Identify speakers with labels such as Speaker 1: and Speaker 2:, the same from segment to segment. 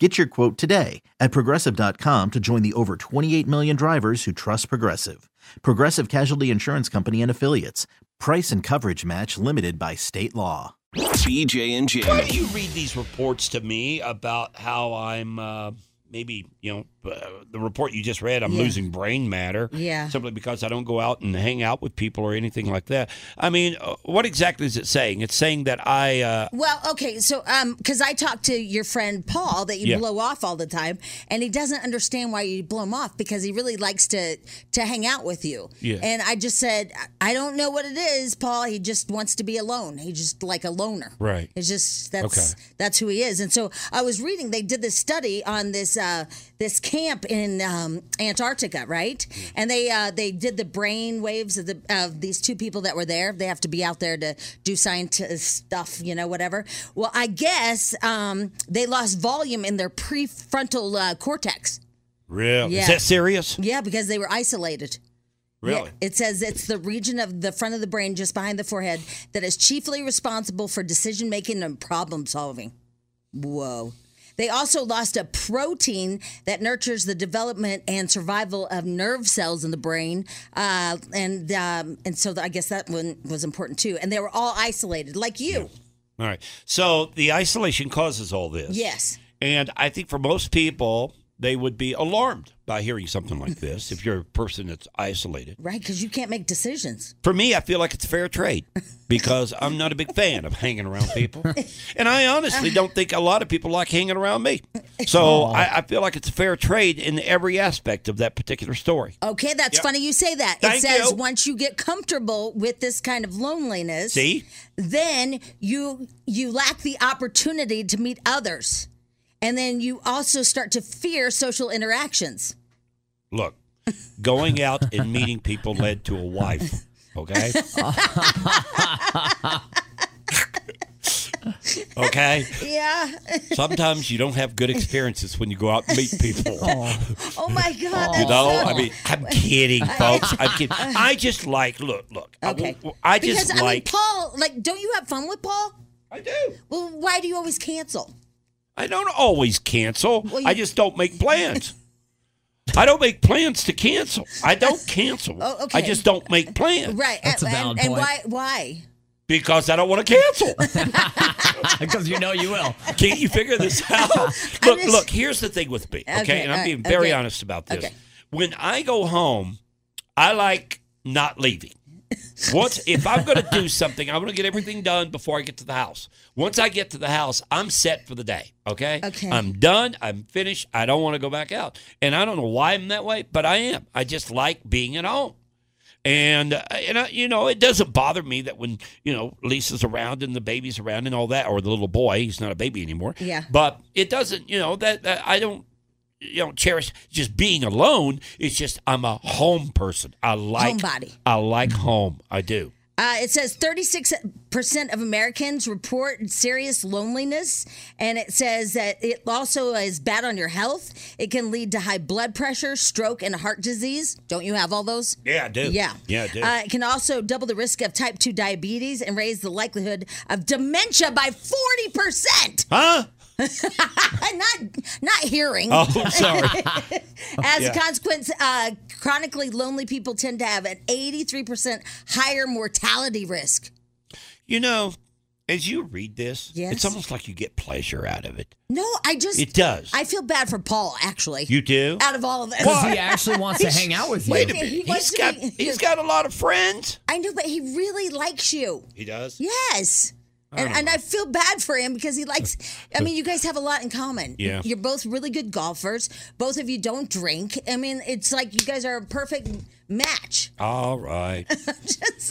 Speaker 1: Get your quote today at progressive.com to join the over 28 million drivers who trust Progressive. Progressive Casualty Insurance Company and Affiliates. Price and coverage match limited by state law.
Speaker 2: BJ and
Speaker 3: Why
Speaker 2: Jamie.
Speaker 3: do you read these reports to me about how I'm uh, maybe you know uh, the report you just read? I'm
Speaker 4: Yeah.
Speaker 3: losing brain matter.
Speaker 4: Yeah.
Speaker 3: Simply because I don't go out and hang out with people or anything like that. I mean, uh, what exactly is it saying? It's saying that I. Uh,
Speaker 4: Well, okay, so um, because I talked to your friend Paul that you
Speaker 3: Yeah.
Speaker 4: blow off all the time, and he doesn't understand why you blow him off because he really likes to to hang out with you.
Speaker 3: Yeah.
Speaker 4: And I just said I I don't know what it is, Paul. He just wants to be alone. He just like a loner.
Speaker 3: Right.
Speaker 4: It's just that's
Speaker 3: Okay.
Speaker 4: that's who he is. And so I was reading they did this study on this uh, this camp in um, Antarctica, right? And they uh, they did the brain waves of the of these two people that were there. They have to be out there to do scientist stuff, you know, whatever. Well, I guess um, they lost volume in their prefrontal uh, cortex.
Speaker 3: really? Is
Speaker 4: Yeah.
Speaker 3: that serious?
Speaker 4: Yeah, because they were isolated.
Speaker 3: Really?
Speaker 4: Yeah, it says it's the region of the front of the brain just behind the forehead that is chiefly responsible for decision making and problem solving. Whoa. They also lost a protein that nurtures the development and survival of nerve cells in the brain, uh, and um, and so I guess that one was important too. And they were all isolated, like you.
Speaker 3: All right. So the isolation causes all this.
Speaker 4: Yes.
Speaker 3: And I think for most people, they would be alarmed by hearing something like this if you're a person that's isolated.
Speaker 4: Right, because you can't make decisions.
Speaker 3: For me, I feel like it's fair trade because I'm not a big fan of hanging around people. And I honestly don't think a lot of people like hanging around me. So I, I feel like it's a fair trade in every aspect of that particular story.
Speaker 4: Okay, that's funny you say that.
Speaker 3: Thank
Speaker 4: it says
Speaker 3: you.
Speaker 4: once you get comfortable with this kind of loneliness,
Speaker 3: See?
Speaker 4: then you you lack the opportunity to meet others and then you also start to fear social interactions
Speaker 3: Look, going out and meeting people led to a wife, okay? okay?
Speaker 4: yeah
Speaker 3: Sometimes you don't have good experiences when you go out and meet people.
Speaker 4: oh my god that's
Speaker 3: You know,
Speaker 4: so-
Speaker 3: I mean, I'm kidding, folks. I'm kidding. I just like, look, look. I-
Speaker 4: okay
Speaker 3: I, just
Speaker 4: because,
Speaker 3: like.
Speaker 4: i mean paul like don't you have fun with paul
Speaker 3: I do.
Speaker 4: well why do you always cancel
Speaker 3: I don't always cancel.
Speaker 4: Well, you-
Speaker 3: I just don't make plans. I don't make plans to cancel. I don't cancel.
Speaker 4: Oh,
Speaker 3: I
Speaker 4: okay.
Speaker 3: just don't make plans
Speaker 4: right
Speaker 5: That's a
Speaker 4: and,
Speaker 5: valid
Speaker 4: and, and
Speaker 5: point.
Speaker 4: why why
Speaker 3: because I don't want to cancel.
Speaker 5: Because you know you will.
Speaker 3: Can't you figure this out? Look,
Speaker 4: just-
Speaker 3: look, here's the thing with me, okay?
Speaker 4: Okay,
Speaker 3: and I'm
Speaker 4: all
Speaker 3: being
Speaker 4: right,
Speaker 3: very
Speaker 4: okay.
Speaker 3: honest about this.
Speaker 4: Okay.
Speaker 3: When I go home, I like not leaving. Once if I'm going to do something, I'm going to get everything done before I get to the house. Once I get to the house, I'm set for the day, okay?
Speaker 4: Okay.
Speaker 3: I'm done, I'm finished. I don't want to go back out. And I don't know why I'm that way, but I am. I just like being at home. And uh, and I, you know it doesn't bother me that when you know Lisa's around and the baby's around and all that, or the little boy, he's not a baby anymore.
Speaker 4: Yeah.
Speaker 3: But it doesn't, you know that, that I don't, you know, cherish just being alone. It's just I'm a home person. I like
Speaker 4: Homebody.
Speaker 3: I like home. I do.
Speaker 4: Uh, it says 36% of Americans report serious loneliness. And it says that it also is bad on your health. It can lead to high blood pressure, stroke, and heart disease. Don't you have all those?
Speaker 3: Yeah, I do.
Speaker 4: Yeah.
Speaker 3: Yeah, I do.
Speaker 4: Uh, it can also double the risk of type 2 diabetes and raise the likelihood of dementia by 40%.
Speaker 3: huh?
Speaker 4: And not, not hearing.
Speaker 3: Oh, I'm sorry.
Speaker 4: As
Speaker 3: Yeah.
Speaker 4: a consequence, uh, chronically lonely people tend to have an 83% higher mortality risk.
Speaker 3: you know, as you read this, it's
Speaker 4: Yes.
Speaker 3: almost like you get pleasure out of it.
Speaker 4: No, I just.
Speaker 3: It does.
Speaker 4: I feel bad for Paul, actually.
Speaker 3: you do.
Speaker 4: out of all of this,
Speaker 5: Because he actually wants to hang out with you.
Speaker 3: Wait a
Speaker 4: he
Speaker 3: minute. He's
Speaker 4: wants to
Speaker 3: got
Speaker 4: be-
Speaker 3: he's got a lot of friends.
Speaker 4: I know, but he really likes you.
Speaker 3: He does.
Speaker 4: Yes. And, and I feel bad for him because he likes. I mean, you guys have a lot in common.
Speaker 3: Yeah.
Speaker 4: You're both really good golfers. Both of you don't drink. I mean, it's like you guys are a perfect match.
Speaker 3: All right.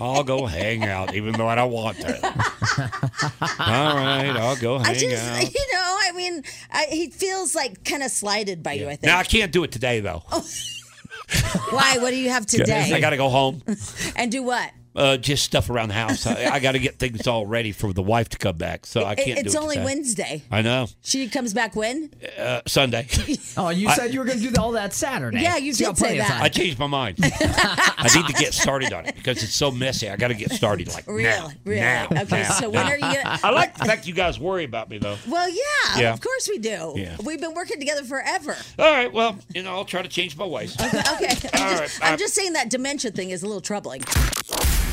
Speaker 3: I'll go hang out, even though I don't want to. All right, I'll go hang
Speaker 4: I just,
Speaker 3: out.
Speaker 4: you know, I mean, I, he feels like kind of slighted by you. I think.
Speaker 3: Now I can't do it today though.
Speaker 4: Why? What do you have Oh, today?
Speaker 3: I got to go home.
Speaker 4: and do what?
Speaker 3: Uh, just stuff around the house. I, I got to get things all ready for the wife to come back, so I
Speaker 4: It-
Speaker 3: can't.
Speaker 4: it's
Speaker 3: do it
Speaker 4: only
Speaker 3: today.
Speaker 4: Wednesday.
Speaker 3: I know
Speaker 4: She comes back when?
Speaker 3: uh, Sunday.
Speaker 5: Oh, you said you were going to do all that Saturday.
Speaker 4: Yeah, you
Speaker 5: So got
Speaker 4: did say
Speaker 5: plenty of
Speaker 4: that.
Speaker 5: time.
Speaker 3: I changed my mind. I need to get started on it because it's so messy. I got to get started like
Speaker 4: Really?
Speaker 3: now.
Speaker 4: really?
Speaker 3: now,
Speaker 4: okay,
Speaker 3: now,
Speaker 4: so when
Speaker 3: now.
Speaker 4: are you?
Speaker 3: I like the fact you guys worry about me though.
Speaker 4: Well, yeah,
Speaker 3: Yeah.
Speaker 4: of course we do.
Speaker 3: Yeah.
Speaker 4: We've been working together forever.
Speaker 3: All right, well, you know, I'll try to change my ways.
Speaker 4: Okay, I'm just,
Speaker 3: right,
Speaker 4: I'm
Speaker 3: I-
Speaker 4: just saying that dementia thing is a little troubling.